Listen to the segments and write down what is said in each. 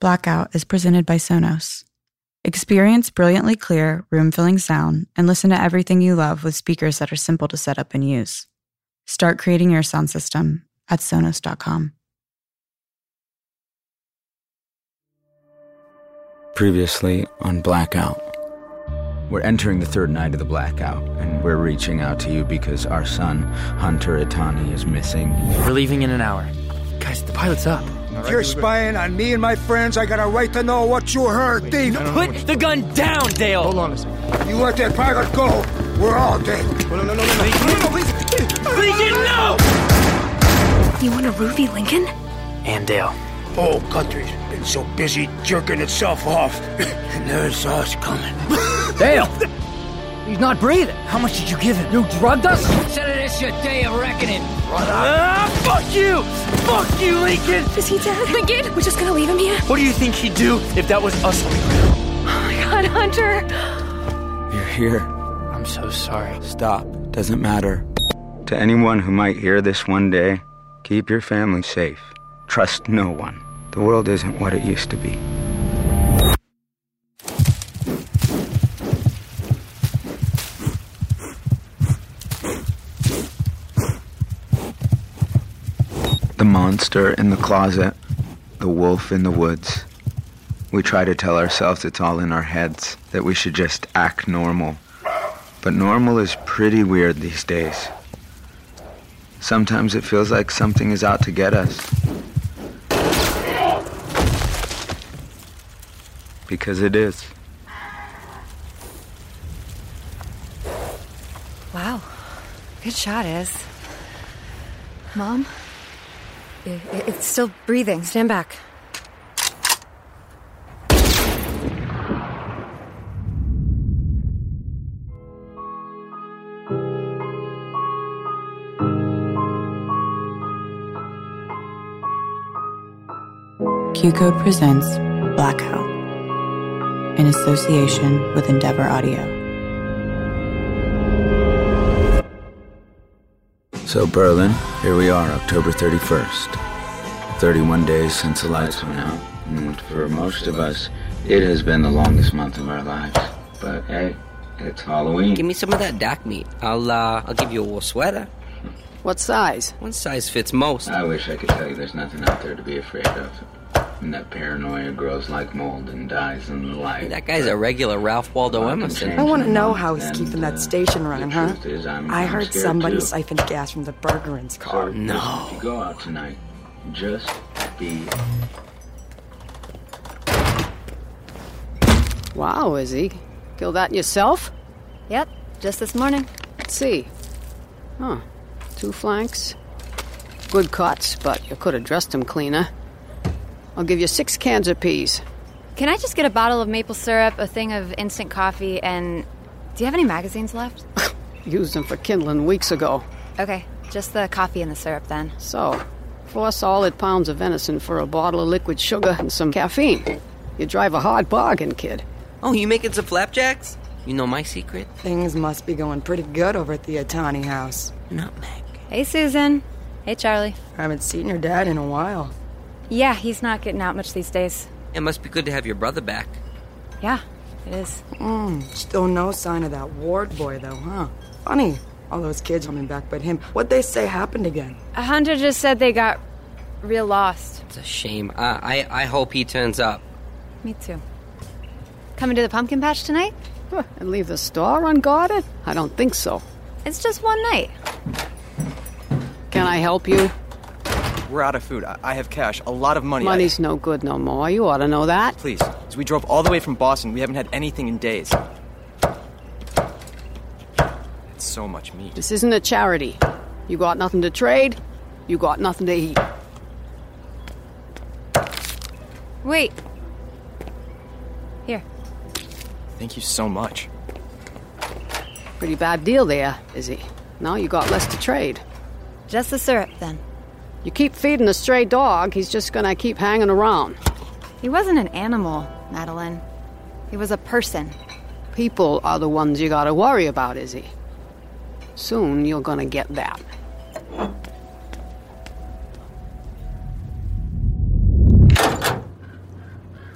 Blackout is presented by Sonos. Experience brilliantly clear, room filling sound and listen to everything you love with speakers that are simple to set up and use. Start creating your sound system at Sonos.com. Previously on Blackout. We're entering the third night of the blackout, and we're reaching out to you because our son, Hunter Itani, is missing. We're leaving in an hour. Guys, the pilot's up. If you're spying on me and my friends, I got a right to know what you heard, thief. Put the gun down, Dale! Hold on a second. You let that pilot go, we're all dead. No, no, no, no, Lincoln, no! You want a Ruby Lincoln? And Dale. Whole country's been so busy jerking itself off, and there's us coming. Dale! He's not breathing. How much did you give him? You drugged us? Said it is your day of reckoning. Ah, fuck you! Fuck you, Lincoln! Is he dead? Lincoln? We're just gonna leave him here? What do you think he'd do if that was us? Oh my god, Hunter! You're here. I'm so sorry. Stop. Doesn't matter. To anyone who might hear this one day, keep your family safe. Trust no one. The world isn't what it used to be. The monster in the closet, the wolf in the woods. We try to tell ourselves it's all in our heads, that we should just act normal. But normal is pretty weird these days. Sometimes it feels like something is out to get us. Because it is. Wow. Good shot, Iz. Mom? it's still breathing. Stand back. Q Code presents Blackout in association with Endeavor Audio. So, Berlin, here we are, October 31st. 31 days since the lights went out. And for most of us, it has been the longest month of our lives. But hey, it's Give Halloween. me some of that duck meat. I'll uh, I'll give you a sweater. What size? One size fits most. I wish I could tell you there's nothing out there to be afraid of. And that paranoia grows like mold and dies in the light. That guy's a regular Ralph Waldo Emerson. I want to know how he's keeping that station running, huh? I heard somebody say. siphoned gas from the burgerin's Oh, car. No. If you go out tonight, just be. Wow, Izzy. Kill that yourself? Yep, just this morning. Let's see. Huh. Two flanks. Good cuts, but you could have dressed them cleaner. I'll give you six cans apiece. Can I just get a bottle of maple syrup, a thing of instant coffee, and. Do you have any magazines left? Used them for kindling weeks ago. Okay, just the coffee and the syrup then. So, four solid pounds of venison for a bottle of liquid sugar and some caffeine. You drive a hard bargain, kid. Oh, you making some flapjacks? You know my secret? Things must be going pretty good over at the Atani house. Nutmeg. Hey, Susan. Hey, Charlie. I haven't seen your dad in a while. Yeah, he's not getting out much these days. It must be good to have your brother back. Yeah, it is. Hmm, Still no sign of that ward boy, though, huh? Funny. All those kids coming back but him. What'd they say happened again? A hunter just said they got real lost. It's a shame. I I, I hope he turns up. Me too. Coming to the pumpkin patch tonight? Huh, And leave the store unguarded? I don't think so. It's just one night. Can I help you? We're out of food. I, I have cash. A lot of money. Money's no good no more. You ought to know that. Please. As we drove all the way from Boston, we haven't had anything in days. That's so much meat. This isn't a charity. You got nothing to trade. You got nothing to eat. Wait. Here. Thank you so much. Pretty bad deal there, Izzy. Now you got less to trade. Just the syrup then. You keep feeding the stray dog, he's just gonna keep hanging around. He wasn't an animal, Madeline. He was a person. People are the ones you gotta worry about, Izzy. Soon you're gonna get that.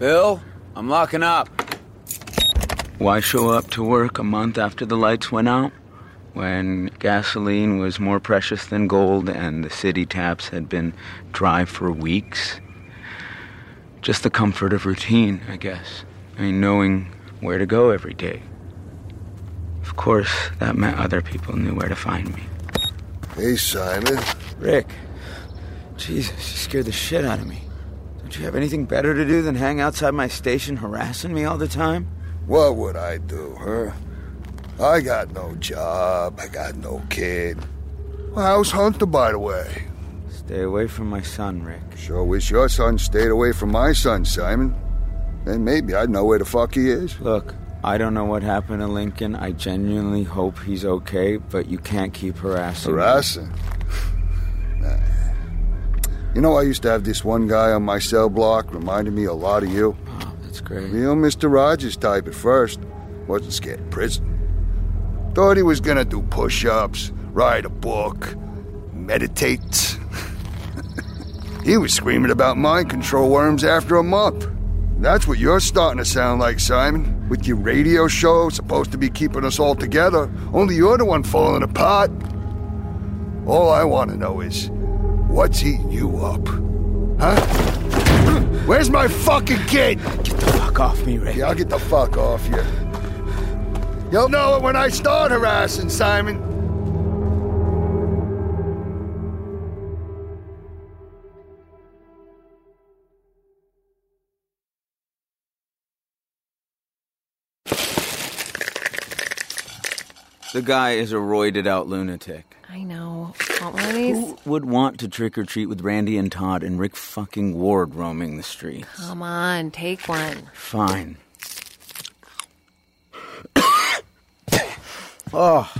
Bill, I'm locking up. Why show up to work a month after the lights went out? When gasoline was more precious than gold and the city taps had been dry for weeks? Just the comfort of routine, I guess. I mean, knowing where to go every day. Of course, that meant other people knew where to find me. Hey, Simon. Rick. Jesus, you scared the shit out of me. Don't you have anything better to do than hang outside my station harassing me all the time? What would I do, huh? I got no job. I got no kid. Well, how's Hunter, by the way? Stay away from my son, Rick. Sure wish your son stayed away from my son, Simon. Then maybe I'd know where the fuck he is. Look, I don't know what happened to Lincoln. I genuinely hope he's okay, but you can't keep harassing me. Harassing? Nah. You know, I used to have this one guy on my cell block, reminded me a lot of you. Oh, that's great. Real Mr. Rogers type at first. Wasn't scared of prison. Thought he was gonna do push ups, write a book, meditate. he was screaming about mind control worms after a month. That's what you're starting to sound like, Simon. With your radio show supposed to be keeping us all together, only you're the one falling apart. All I want to know is what's eating you up? Huh? Where's my fucking kid? Get the fuck off me, Rick. Yeah, I'll get the fuck off you. You'll know it when I start harassing, Simon. The guy is a roided out lunatic. I know. Want one of these? Who would want to trick or treat with Randy and Todd and Rick fucking Ward roaming the streets? Come on, take one. Fine. oh.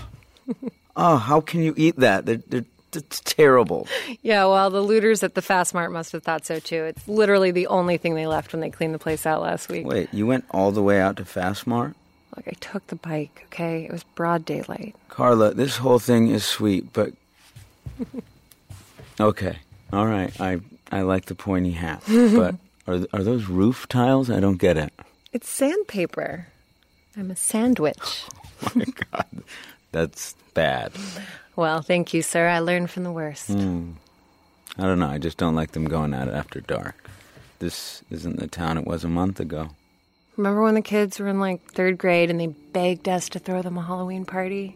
Oh, how can you eat that? They're, they're, it's terrible. Yeah, well, the looters at the Fast Mart must have thought so too. It's literally the only thing they left when they cleaned the place out last week. Wait, you went all the way out to Fast Mart? Look, I took the bike, okay? It was broad daylight. Carla, this whole thing is sweet, but. okay. All right. I, I like the pointy hat. But are, are those roof tiles? I don't get it. It's sandpaper. I'm a sandwich. Oh my God. That's bad. Well, thank you, sir. I learned from the worst. Hmm. I don't know. I just don't like them going at it after dark. This isn't the town it was a month ago. Remember when the kids were in like third grade and they begged us to throw them a Halloween party?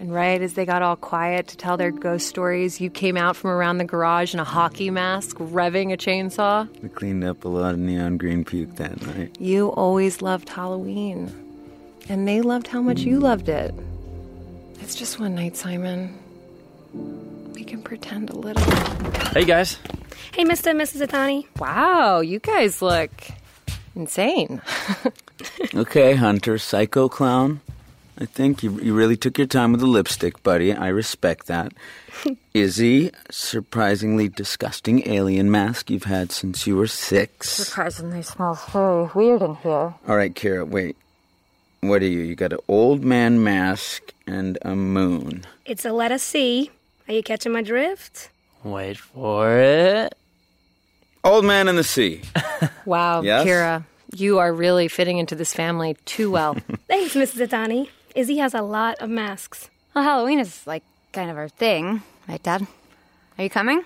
And right as they got all quiet to tell their ghost stories, you came out from around the garage in a hockey mask, revving a chainsaw? We cleaned up a lot of neon green puke that night. You always loved Halloween. And they loved how much you loved it. It's just one night, Simon. We can pretend a little. Hey guys. Hey, Mr. and Mrs. Atani. Wow, you guys look insane. okay, Hunter, psycho clown. I think you, you really took your time with the lipstick, buddy. I respect that. Izzy, surprisingly disgusting alien mask you've had since you were six. Surprisingly smells very weird in here. All right, Kira, wait. What are you? You got an old man mask and a moon. It's a letter C. Are you catching my drift? Wait for it. Old man in the sea. Wow, Yes? Kira, you are really fitting into this family too well. Thanks, Mrs. Atani. Izzy has a lot of masks. Well, Halloween is like kind of our thing, right, Dad? Are you coming?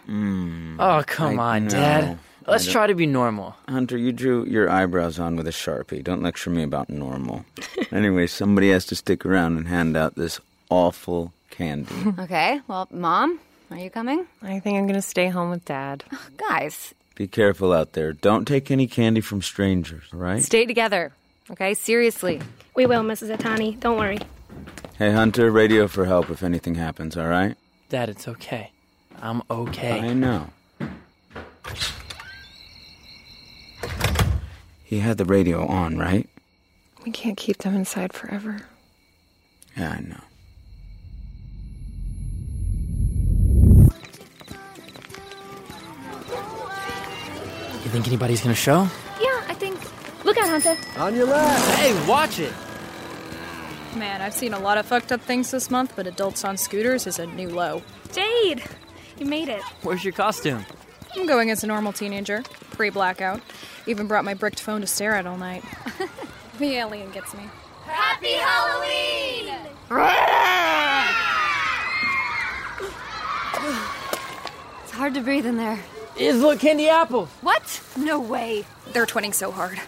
Oh, come I on, know. Dad. I Let's don't- try to be normal. Hunter, you drew your eyebrows on with a sharpie. Don't lecture me about normal. anyway, somebody has to stick around and hand out this awful candy. okay. Well, Mom, are you coming? I think I'm going to stay home with Dad. Guys, Be careful out there. Don't take any candy from strangers, all right? stay together. Okay, seriously. We will, Mrs. Atani. Don't worry. hey, Hunter, radio for help if anything happens, all right? Dad, it's okay. I'm okay. I know. He had the radio on, right? We can't keep them inside forever. Yeah, I know. You think anybody's gonna show? Yeah, I think. Look out, Hunter. On your left. Hey, watch it. Man, I've seen a lot of fucked up things this month, but adults on scooters is a new low. Jade, you made it. Where's your costume? I'm going as a normal teenager, pre blackout. Even brought my bricked phone to stare at all night. the alien gets me. Happy Halloween! It's hard to breathe in there. Is look candy apple. What? No way. They're twinning so hard.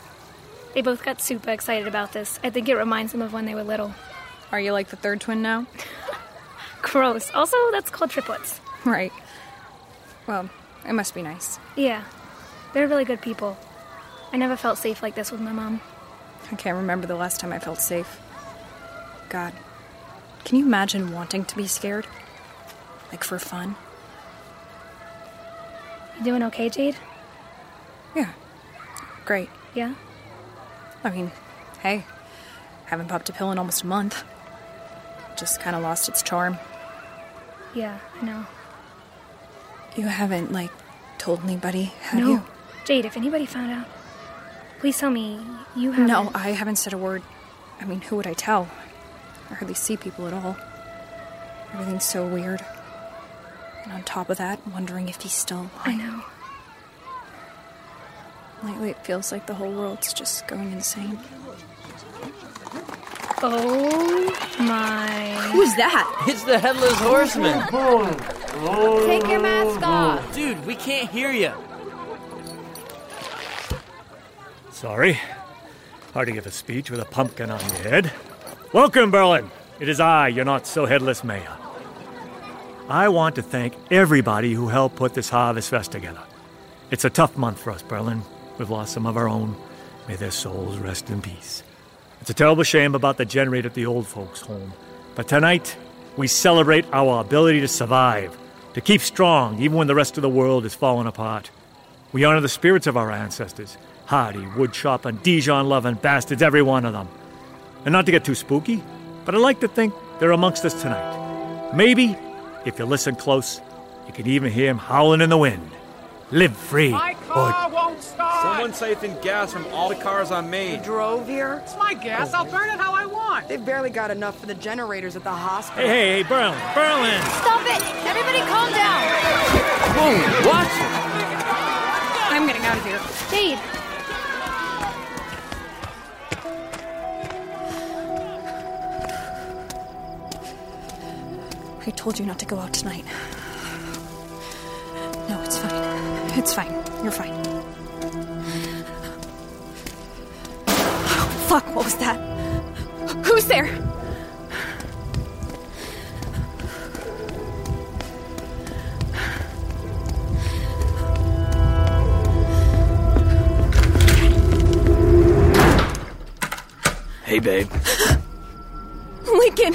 They both got super excited about this. I think it reminds them of when they were little. Are you like the third twin now? Gross. Also, that's called triplets. Right. Well, it must be nice. Yeah. They're really good people. I never felt safe like this with my mom. I can't remember the last time I felt safe. God, can you imagine wanting to be scared? Like for fun? You doing okay, Jade? Yeah. Great. Yeah? I mean, hey, haven't popped a pill in almost a month. Just kind of lost its charm. Yeah, I know. You haven't, like, told anybody, have no. you? Jade, if anybody found out, please tell me you haven't. No, I haven't said a word. I mean, who would I tell? I hardly see people at all. Everything's so weird. And on top of that, wondering if he's still alive. I know. Lately, it feels like the whole world's just going insane. Oh my. Who's that? It's the headless horseman. Take your mask off. Dude, we can't hear you. Sorry. Hard to give a speech with a pumpkin on your head. Welcome, Berlin. It is I, your not so headless mayor. I want to thank everybody who helped put this Harvest Fest together. It's a tough month for us, Berlin. We've lost some of our own. May their souls rest in peace. It's a terrible shame about the generator at the old folks' home. But tonight, we celebrate our ability to survive, to keep strong even when the rest of the world is falling apart. We honor the spirits of our ancestors Hardy, Woodchop, and Dijon loving bastards, every one of them. And not to get too spooky, but I like to think they're amongst us tonight. Maybe, if you listen close, you can even hear 'em howling in the wind. Live free. or won't start! Someone saved in gas from all the cars on Main. Drove here? It's my gas. I'll burn it how I want. They've barely got enough for the generators at the hospital. Hey, hey, hey, Berlin, Berlin! Stop it! Everybody calm down! Whoa, what? I'm getting out of here. Jade! I told you not to go out tonight. No, it's fine. It's fine. You're fine. Fuck, what was that? Who's there? Hey, babe. Lincoln!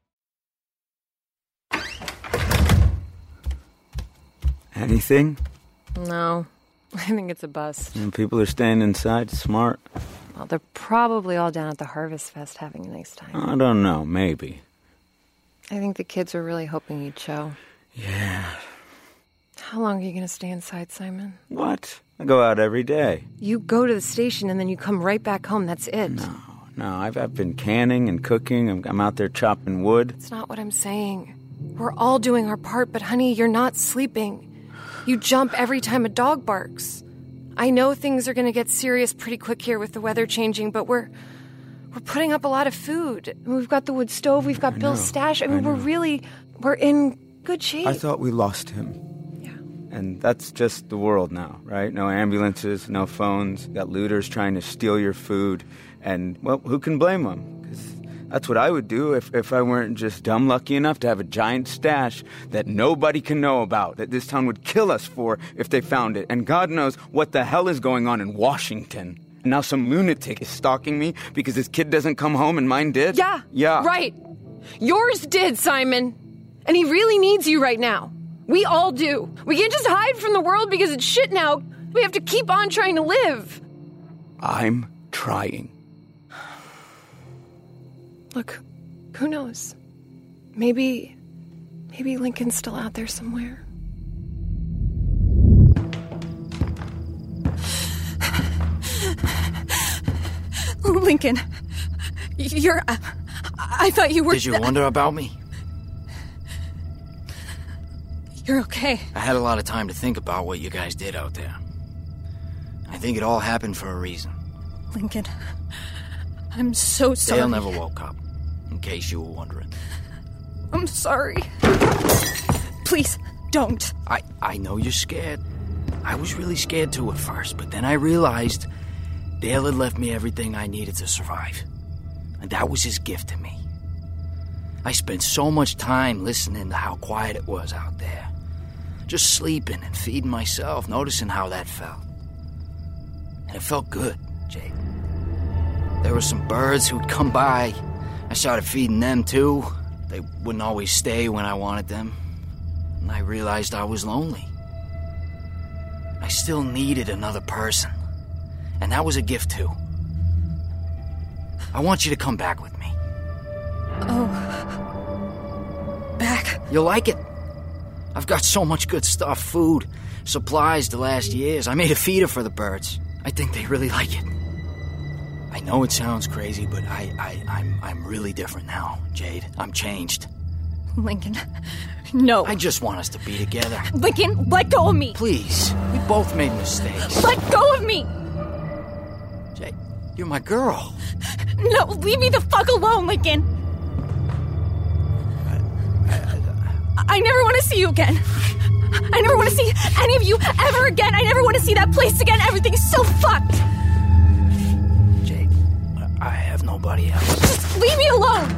Anything? No, I think it's a bust. And people are staying inside. Smart. Well, they're probably all down at the Harvest Fest having a nice time. I don't know. Maybe. I think the kids were really hoping you'd show. Yeah. How long are you going to stay inside, Simon? What? I go out every day. You go to the station and then you come right back home. That's it. No, I've, I've been canning and cooking. I'm, I'm out there chopping wood. It's not what I'm saying. We're all doing our part, but honey, you're not sleeping. You jump every time a dog barks. I know things are going to get serious pretty quick here with the weather changing, but we're we're putting up a lot of food. We've got the wood stove, we've got Bill's know, stash. I I mean, we're know. really we're in good shape. I thought we lost him. Yeah. And that's just the world now, right? No ambulances, no phones, got looters trying to steal your food. And, well, who can blame them? that's what I would do if, if I weren't just dumb lucky enough to have a giant stash that nobody can know about, that this town would kill us for if they found it. And God knows what the hell is going on in Washington. Now some lunatic is stalking me because his kid doesn't come home and mine did? Yeah. Yeah. Right. Yours did, Simon. And he really needs you right now. We all do. We can't just hide from the world because it's shit now. We have to keep on trying to live. I'm trying. Look, who knows? Maybe. Maybe Lincoln's still out there somewhere. Lincoln, you're. I, I thought you were. Did you wonder about me? You're okay. I had a lot of time to think about what you guys did out there. I think it all happened for a reason. Lincoln, I'm so sorry. Dale never woke up, in case you were wondering. I'm sorry. Please, don't. I, I know you're scared. I was really scared too at first, but then I realized Dale had left me everything I needed to survive. And that was his gift to me. I spent so much time listening to how quiet it was out there. Just sleeping and feeding myself, noticing how that felt. And it felt good, Jake. There were some birds who'd come by. I started feeding them too. They wouldn't always stay when I wanted them. And I realized I was lonely. I still needed another person. And that was a gift too. I want you to come back with me. Oh. Back. You'll like it. I've got so much good stuff food, supplies to last years. I made a feeder for the birds. I think they really like it. I know it sounds crazy, but I, I, I'm, I'm really different now, Jade. I'm changed. Lincoln, no. I just want us to be together. Lincoln, let go of me. Please. We both made mistakes. Let go of me. Jade, you're my girl. No, leave me the fuck alone, Lincoln. I never want to see you again. I never want to see any of you ever again. I never want to see that place again. Everything's so fucked. Jade, I have nobody else. Just leave me alone.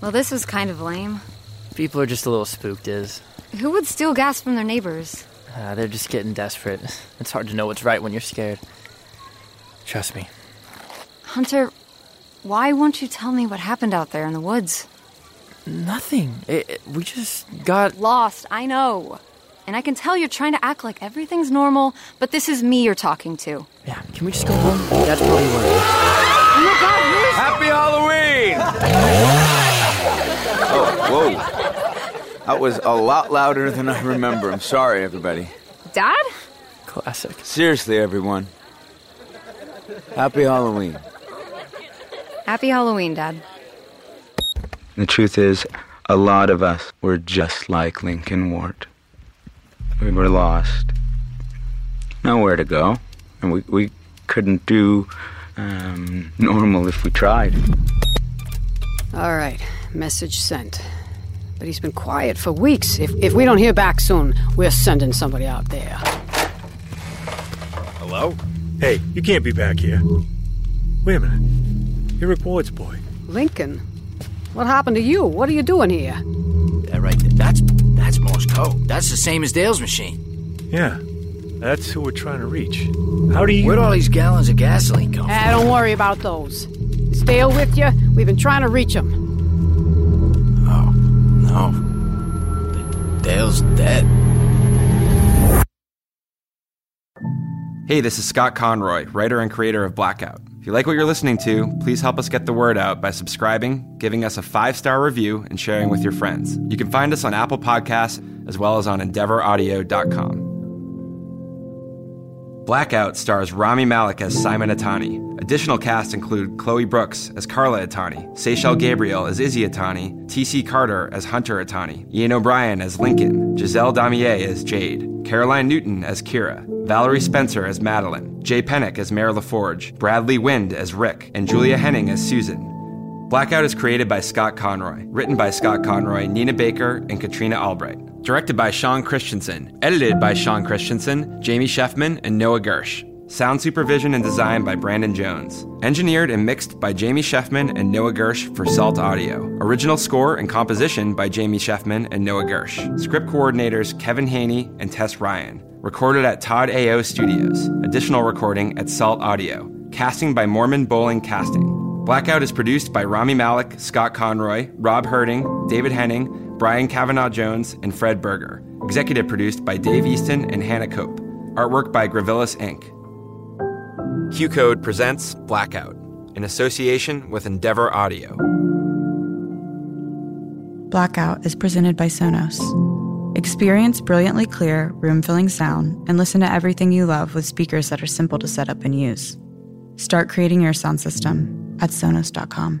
Well, this was kind of lame. People are just a little spooked, is. Who would steal gas from their neighbors? Uh, they're just getting desperate. It's hard to know what's right when you're scared. Trust me. Hunter, why won't you tell me what happened out there in the woods? Nothing. It, it- we just got. Lost, I know. And I can tell you're trying to act like everything's normal, but this is me you're talking to. Yeah, can we just go home? That's probably where it is. Happy Halloween! Whoa. That was a lot louder than I remember. I'm sorry, everybody. Dad? Classic. Seriously, everyone. Happy Halloween. Happy Halloween, Dad. The truth is, a lot of us were just like Lincoln Ward. We were lost, nowhere to go, and we, we couldn't do um, normal if we tried. All right, message sent. But he's been quiet for weeks. If, if we don't hear back soon, we're sending somebody out there. Hello? Oh, Hey, you can't be back here. Wait a minute. You're a Ward's boy. Lincoln, what happened to you? What are you doing here? That right there. That's that's Morse code. That's the same as Dale's machine. Yeah. That's who we're trying to reach. How do you. Where'd all these gallons of gasoline go? Ah, don't worry about those. Is Dale with you? We've been trying to reach him. Oh, No. Dale's dead. Hey, this is Scott Conroy, writer and creator of Blackout. If you like what you're listening to, please help us get the word out by subscribing, giving us a five star review, and sharing with your friends. You can find us on Apple Podcasts as well as on EndeavorAudio.com. Blackout stars Rami Malek as Simon Atani. Additional cast include Chloe Brooks as Carla Atani, Seychelle Gabriel as Izzy Atani, T.C. Carter as Hunter Atani, Ian O'Brien as Lincoln, Giselle Damier as Jade, Caroline Newton as Kira, Valerie Spencer as Madeline, Jay Pennick as Mare LaForge, Bradley Wind as Rick, and Julia Henning as Susan. Blackout is created by Scott Conroy, written by Scott Conroy, Nina Baker, and Katrina Albright. Directed by Sean Christensen, edited by Sean Christensen, Jamie Sheffman, and Noah Gersh. Sound supervision and design by Brandon Jones. Engineered and mixed by Jamie Sheffman and Noah Gersh for Salt Audio. Original score and composition by Jamie Sheffman and Noah Gersh. Script coordinators Kevin Haney and Tess Ryan. Recorded at Todd AO Studios. Additional recording at Salt Audio. Casting by Mormon Bowling Casting. Blackout is produced by Rami Malik, Scott Conroy, Rob Herding, David Henning, Brian Kavanaugh Jones, and Fred Berger. Executive produced by Dave Easton and Hannah Cope. Artwork by Gravillis Inc. Q Code presents Blackout in association with Endeavor Audio. Blackout is presented by Sonos. Experience brilliantly clear, room filling sound and listen to everything you love with speakers that are simple to set up and use. Start creating your sound system at Sonos.com.